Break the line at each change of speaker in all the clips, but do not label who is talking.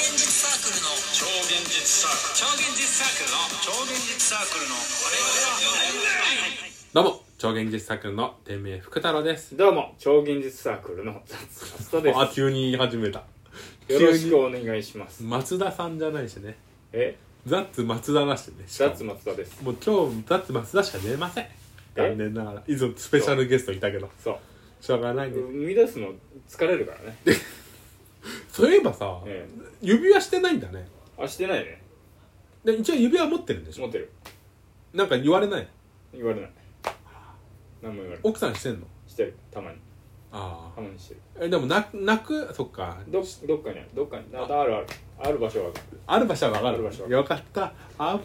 クルの
超現実サーク
超現実サークルの
ル超現実サークルの
どうも、超現実作の天命福太郎です。
どうも、超現実サークルの雑マストで
あ、
す。
急に言い始めた。
よろしくお願いします。
松田さんじゃないしね。
え、
ザッツ松田だしね。しかも
雑松田です。
もう今日、ザッツ松田しか出ません。残念ながら。いつもスペシャルゲストいたけど、
そ。
しょうがないうね。
生み出すの疲れるからね。
そういえばさ、
え
指輪してないんだね。
えあ、してないね。
で一応指輪持ってるんでし
持
ょ
ってる。
なんか言われない。
言われない。何も言われない。
奥さんしてんの
してる。たまに。
あ
たまにしてる。
あ。え、でもな、泣く、そっか。
ど、どっかにある。どっかに。ああるある。ある場所はある。
ある場所はわか
ある
る
場所は
よかった。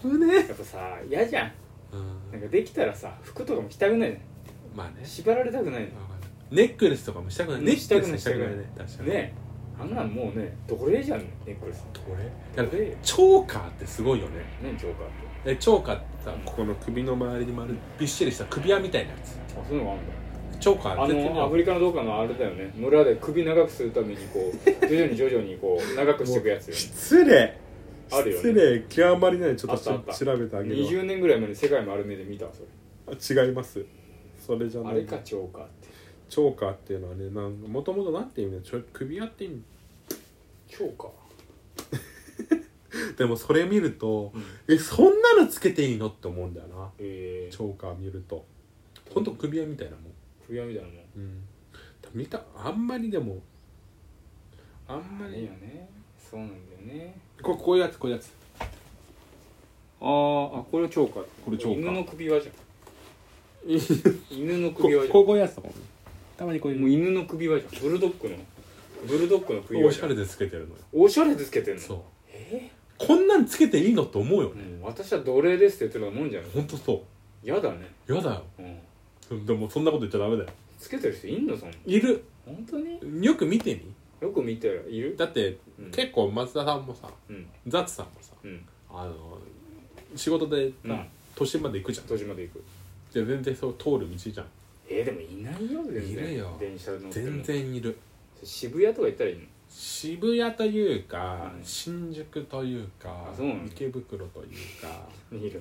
危ね
やっぱさ、嫌じゃん。
え。うん。
なんかできたらさ、服とかも着たくないね。
まあね。
縛られたくないね。
わかるネックレスとかもしたくない。ネックレスもしたくないね。確かに。
ねえ。あんなんもうね、奴隷じゃん、ネックレス。
これ
これ
チョーカーってすごいよね
何ジョーカーって。
えチョーカーってさここの首の周りに丸びっしりした首輪みたいなやつ
あ、そういうのがあるんだ。
チョーカー
あ
絶対
のアフリカのどうかのあれだよね村で首長くするために こう徐々に徐々にこう長くしていくやつよね
失礼
あるよね
失礼極まりないちょっ
あ
と
ったあった
調べてあげる
20年ぐらい前に世界丸目で見たわそれ
わあ違いますそれじゃな
あ
い
れかチョーカーって
チョーカーっていうのはねなんもともとなんていうのちょ首輪って意味
チョーカー
でもそれ見ると、
うん
えそんなのつけていいのって思うんだよな
ええ
チョーカー見るとほんと首輪みたいなもん
首輪みたいなもん
うん見たあんまりでもあんま
いい
り
よねそうなんだよね
ここういうやつこういうやつ
あーあこれチョーカー
これチョーカー
犬の首 輪じゃん犬の
こ
首輪じゃん
こういうやつだもんねたまにこう
もう
いう
犬の首輪じゃんブルドッグのブルドッグの首輪
お
じ
し
ゃ
ゃ
ん
れでつけてるのよ
おしゃれでつけてんの
そう
え
こんなんつけていいのと思うよ
ーう
ね
ん私は奴隷ですって言ってるようなもんじゃん
ほんとそ
嫌だね
うやだ
うん
よでもそんなこと言っちゃダメだよ
つけてる人いんのそんない
る
本当に
よく見てみ
よく見てるいる
だって、
うん
結構松田さんもさ
うん
ザッツさんもさ
うん
あの仕事で、
うん
都心まで行くじゃん
途中まで行く
じゃあ全然そう通る道じゃん
えー、でもいないよ全然
いるよ
電車乗っても
全然いる
渋谷とか行ったらいいの
渋谷というか、
うん
新宿というか
あそうなの
池袋というか
いるの
うん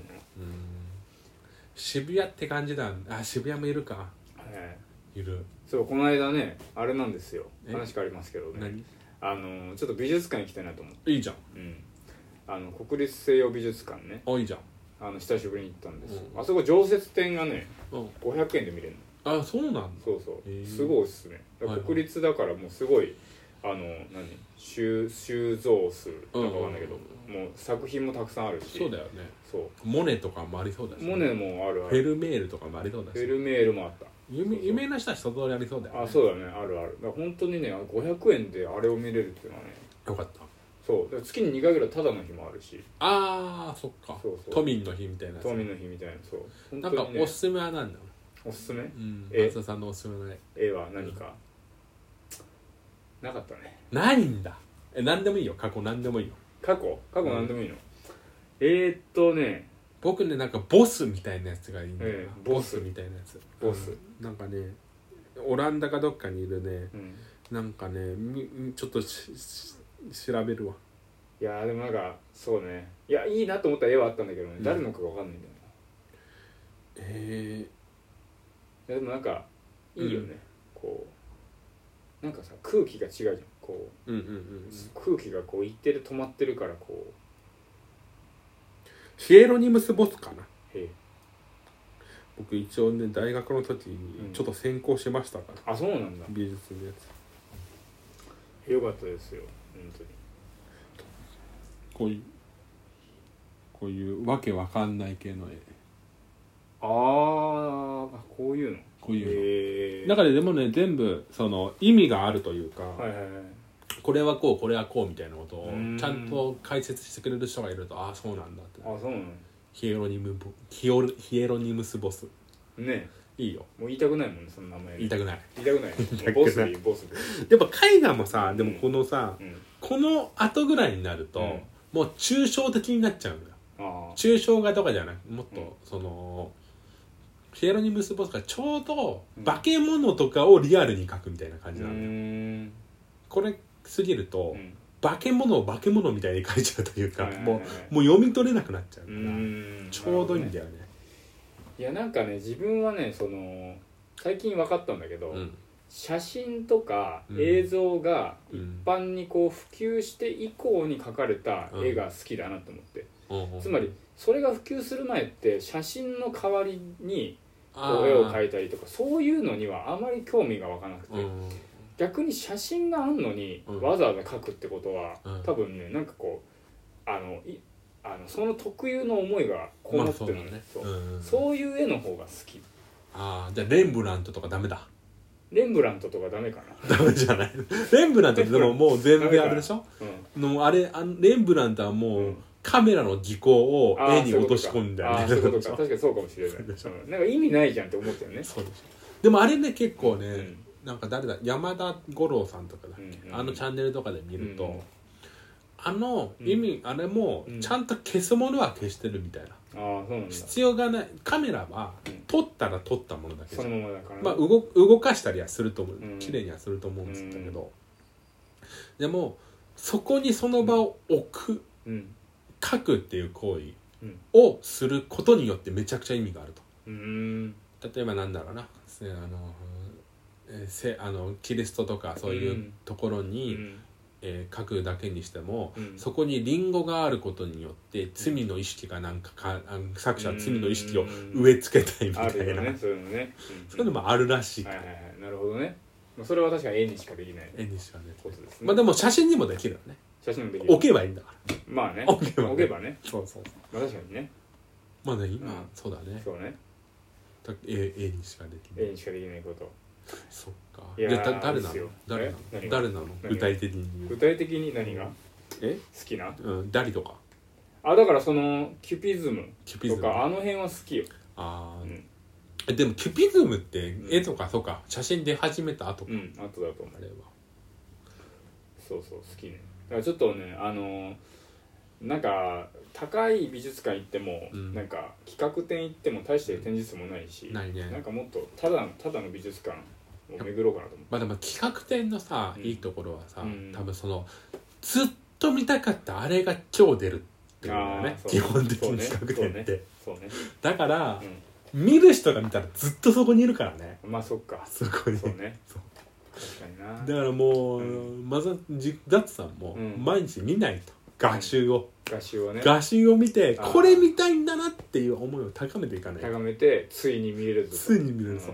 渋谷って感じだあ渋谷もいるか
え
いる
ーそうこの間ねあれなんですよ
え
話変わりますけどね
何
あのーちょっと美術館行きたいなと思って
いいじゃん
うんあの国立西洋美術館ね
あいいじゃん
あの久しぶりに行ったんですよ、
うん
あそこ常設展がね
うん
500円で見れるの
あそうなんだ
そうそう、
へー
すごいおすすめだから
はいはい
国立だからもうすごいあの何収収蔵数なんかわかんないけど、もう作品もたくさんあるし
そうだよね
そ
モネとかもありそうだ
う
し
モネもあるあ
フェ
る
ルメールとかもありそうだ
フェル
し
メールもあった
有名有名な人は一通りありそうだよ、ね、
あそうだねあるあるだから本当にね500円であれを見れるっていうのはね
よかった
そうだから月に2回ぐらいただの日もあるし
あーそっか
そうそう
都民の日みたいなやつ
冬眠の日みたいなそう本
なんか
当に、ね、
おすすめは何だろ
おすすめ
う、うん、
え
松田さんのおすすめのね
絵は何か、なかったね
ないんだえ何でもいいよ過去何でもいいよ
過去過去何でもいいの、えー、っとね
僕ねなんかボスみたいなやつがいいんだよな、
ええ
ボスみたいなやつ
ボス
うんなんかねオランダかどっかにいるね
うん
なんかねみみちょっとしし調べるわ
いやーでもなんかそうねいやいいなと思った絵はあったんだけどね、
うん
誰のかが分かんないんだよ
え
ないやでもなんかいいよね、こうなんかさ空気が違うじゃんこ
ー、うんうんうん
う、空気がこう一定で止まってるからこ
ヒエロニムス・ボスかな
うへえ
僕一応ね大学の時にちょっと専攻しましたから、
あそうなんだ
美術のやつ
よかったですよ本当に
こういうこういうわけわかんない系の絵
あーあこういうの
こういうの、
へえ
中ででもね全部その意味があるというか、
はいはいはい
これはこうこれはこうみたいなことを
うん
ちゃんと解説してくれる人がいるとああそうなんだって
あそうなのね
ヒエロニムボヒオルヒエロニムス・ボス
え
いいよ
もう言いたくないもんねその名前
言いたくない
言いたくない
たくない
ボスでいいボスでいい
やっぱ絵画もさでもこのさ、
うん
この後ぐらいになると、
うん
もう抽象的になっちゃうんだよ
ああ
抽象画とかじゃなくもっと、
うん
そのヒエロニムス・ボスがちょうど化け物とかをリアルに描くみたいな感
う
じ
ー
なんだよ、
ん
これ過ぎると、
うん
化け物を化け物みたいに描いちゃうというか、
はいはいはい
もうもう読み取れなくなっちゃう
う
から、
ん
ちょうどいいん
なるほね
だよね
いやなんかね自分はねその最近分かったんだけど、
うん
写真とか
うん
映像が
う
一
ん
般にこう普及して以降に描かれた絵が好きだなと思って、つまりそれが普及する前って写真の代わりにこう絵を
い
描いたりとかそういうのにはあまり興味が湧かなくて、
うん
逆に写真があんのに
うん
わざわざ描くってことは、
うん
多分ねなんかこうあのいあのその特有の思いがこ
ま
も
あ
って
そ
る
う
の
だ
ね,、
ね
そう
うんうん
そういう絵の方が好き
ああじゃあレンブラントとかダメ だ
レンブラントとかダメかな、
ダメじゃないレンブラントってでももう全部
ダメか
あれでしょ
うん
のあれあのレンブラントはもう、
うん
カメラの技巧を
あー
絵に落とし込んだよね
そういうことかあーそういうことか確かにそうかもしれない
そうでしょ
うんなんか意味ないじゃんって思ったよ ね
そうでしょでもあれね結構ね、
うん
なんか誰だ山田五郎さんとかだっけ、
うんうん
あのチャンネルとかで見ると、
うん
あの意味、あれも
うん
ちゃんと消すものは消してるみたいな、
ああそうなんだ
必要がないカメラは
うん
撮ったら撮ったものだけじ
そ
ゃん
のままだからね
まあ、動動かしたりはすると思う
うん
綺麗にはすると思うんですけど、でもそこにその場を置く
うん
書くっていう行為
うん
をすることによってめちゃくちゃ意味があると
うーん
例えばなんだろうなせあのえーせあのキリストとかそういうんところ
う
に、
ん
えー書くだけにしても、
うん
そこにリンゴがあることによって罪の意識がなんかかあの作者は罪の意識を植え付けたいみた
あ
い
るよ
な、
ねそういうのね
そういうの
も
もあるらしい、
はいはいはいなるほどねまあそれは確かに絵にしかできない
絵にしはね
ことですね
まあでも写真にもできるよね
写真もできる
置けばいいんだから
まあね
置けばね
置けばね
そうそう
まあ確かにね
まあね今、
うん
そうだね
そうね
だ絵絵にしかできな
絵
い
にしかできないこと
そっか
いやー
でだ誰な
です
の
よ
誰な
え何
の
が
誰なの
が
具体的に言
具
う
体的に何が好
え
きな
うんダリとか
あだからそのキュピズム
キュピズ
と
ム
か
あ
あの辺は好きよ
あ
う
ー、
ん
えでもキュピズムって
ん
絵とかそうか写真出始めた後か、
うんあとだと思う
あれは
そうそう好きねだからちょっとねあのーなんか高い美術館行っても、
うん
なんか企画展行っても大して展示数もないし、
ないね
んかもっとただのただの美術館を巡ろうかなと思
まあでも企画展のさ、
うん
いいところはさ、
うん
多分そのずっと見たかったあれが超出るっていうのよね
あーそう
基本的
そう
に
ね
企画展って、
そうね
だから、
う
見る人が見たらずっとそこにいるからね
んまあそっか
そこに
そうね
そう
確かに
だ
な
からもう、
う
マザジダッツさんも
うん
毎日見ないと、画集を、
画集をね
画集を見て
あー
これ見たいんだなっていう思いを高めていかないと
眺めてついに見れるぞ
ついに見れるぞ、
う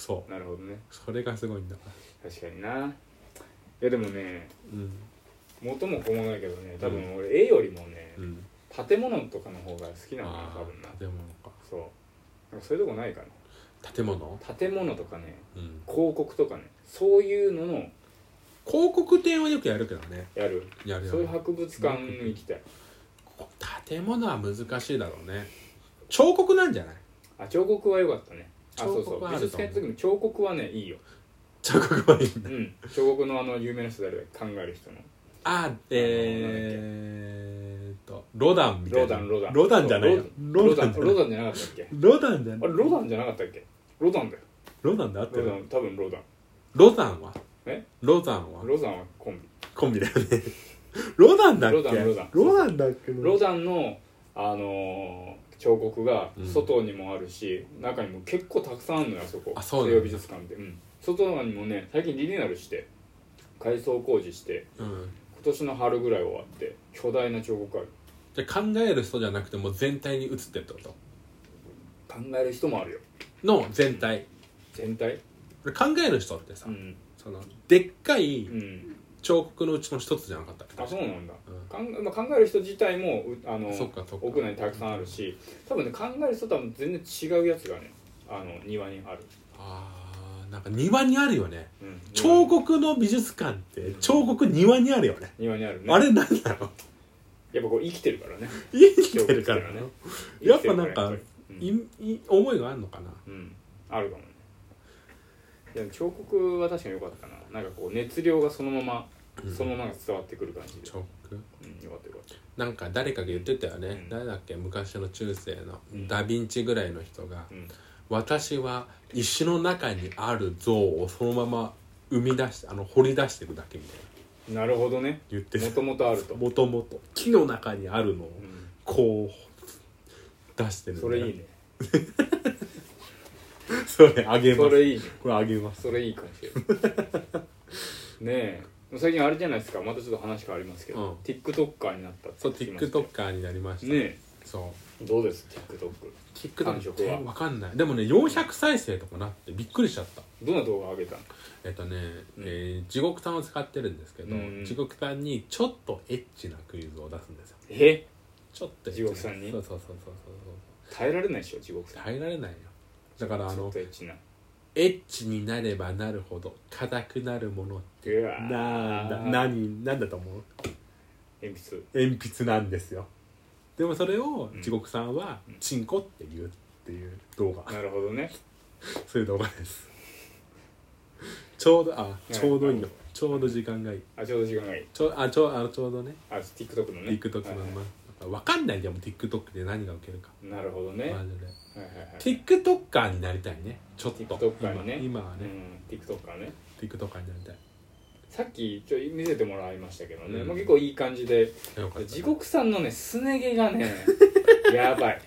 そ
んなるほどね
うそれがすごいんだから
確かにないやでもね
うん
元も子もないけどね多分俺絵よりもね、
うん
建物とかの方が好きなのかな
あ
多分な
あ建物か
そうなんかそういうとこないかな
建物、
建物とかね
うん、
広告とかねそういうのの
広告展はよくやるけどね
やる
やるや
そういう
る
博物館に行きたい
建物は難しいだろうね彫刻なんじゃない
あ彫刻は良かったねあそ
彫
うそ
刻
う
はあ
美
る
術
と思う
館行った時に彫刻はねい いよ
彫刻はいいん
う
だ
ん彫刻のあの有名な人誰だっけ考える人の
あえーっとロダンみた
ロ
い
ダ
な
ンロダン
ロダンじゃないよ
ロ
ロ
ダ
ダン
ン
じゃな
ロ
い
ダンじゃなかったっけ
ロダンじゃ
あ
ない
れロダンじゃなかったっけロダンだよ
ロダンであって
ロダ
る
ン多分ロダン
ロダンは
え
ロダンは
ロダンはコンビ
コンビだよね ロダンだっけ
ロダンロダン
ダンだっけ
ロダンの、あのー彫刻が
うん
外にもあるし、中にも結構たくさんあるのよあそこ
あそうなん
西
だ
洋美術館って、うん、外にもね最近リニューアルして改装工事して
うん
今年の春ぐらい終わって巨大な彫刻ある
じゃあ考える人じゃなくてもう全体に映ってるってこと
考える人もあるよ
の全体
全体
考える人ってさ、
うん、
そのでっかい
うん、
彫刻のうちの一つじゃなかったっけ
あそうなんだ、
うん
かんまあ、考える人自体もうあの
そっかそっか
屋内にたくさんあるし多分ね考える人とは全然違うやつがねあの庭にある、
あーなんか庭にあるよね
うん、
彫刻の美術館って彫刻庭にあるよね、
庭にあるね
あれなんだろ う
やっぱこう生きてるからね
生きてるからね やっぱなんか
生きてるらやっぱり
いい思いがあるのかな
うん、うんあるかもねいや彫刻は確かに良かったななんかこう熱量がそのままそのまま伝わってくる感じで、
彫刻
うん、よかったよかった
なんか誰かが言ってたよね、
うん
誰だっけ昔の中世の
うん
ダ・ヴィンチぐらいの人が、
うん
私は石の中にある像をそのまま生み出してあの掘り出していくだけみたいな
なるほどね
言って
もともとあると、
もともと木の中にあるのを
う
こう出してる
ん
んだ
それいいね
それあげま
そ
す
れいいね
これあげます
それいいかもしれないねえ最近あれじゃないですかまたちょっと話変わりますけど、
うん
TikToker になったって
そう
聞きました
TikToker になりました
ね
そう
えどうです TikTok
TikTok
感触は
わかんないでもね400再生とかなってびっくりしちゃった
どんな動画上げたの
えっとね、
うん
えー地獄炭を使ってるんですけど、
うん
地獄炭にちょっとエッチなクイズを出すんですよ
え
ちょっとエッチ
地
な
獄炭に
そうそうそうそう
耐えられないでしょ地獄
そう
さん
耐えられないよだからあ
ちょっ
の
とエッチな
エッチになればなるほど硬くなるものって
うわー
なんだ何なんだと思う
鉛筆
鉛筆なんですよでもそれを
うん
地獄さんは
うん
「チンコ」って言うっていう動画、
なるほどね
そういう動画ですちょうどあ
い
ちょうどいいよちょうど時間がいい
あちょうど時間がいい
ちょあちょあちょうどね
あ TikTok のね
TikTok の
はいは
まあわかんないでも TikTok で何が受けるか
いなるほどね、
マジで
はいはいはい
TikToker になりたいねちょっと
TikToker にね
今今は
う
ね、
ん、TikToker ね
TikToker になりたい
さっきちょい見せてもらいましたけどね、
うん
もう結構いい感じで
よかった
地獄さんのねすね毛が ねやばい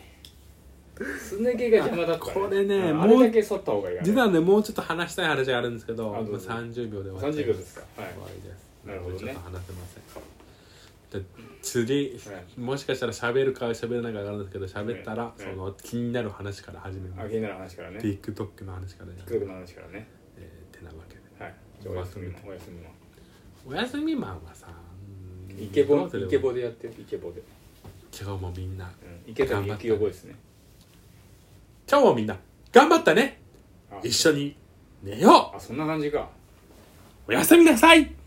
すね毛が邪魔だった、ね、
これね
うんあ
もう
れだけ剃った方がいいか
実
な
はねもうちょっと話したい話があるんですけど
あどうぞ
まあ30秒で終わっちゃ
30
い
秒
ま
ですかはい
終わりです
なるほどね
ちょっと話せませんで次、
はい
もしかしたら喋るか喋らないか分かるんですけど喋ったら、
うん
その気になる話から始めま
あ
す、
気になる話からね
TikTok の話からね、
TikTok の話からね
えー、てなわけで
はいじゃあおやすみもおやすみも
おやすみマンはさ
イケボ
どうすれ
イ
ば
ケボでやってイケボで、
今日もみんな
うん、池谷幸雄ボイスね
今日もみんな頑張ったね
あ
一緒に寝よ
あそんな感じか
うおやすみなさい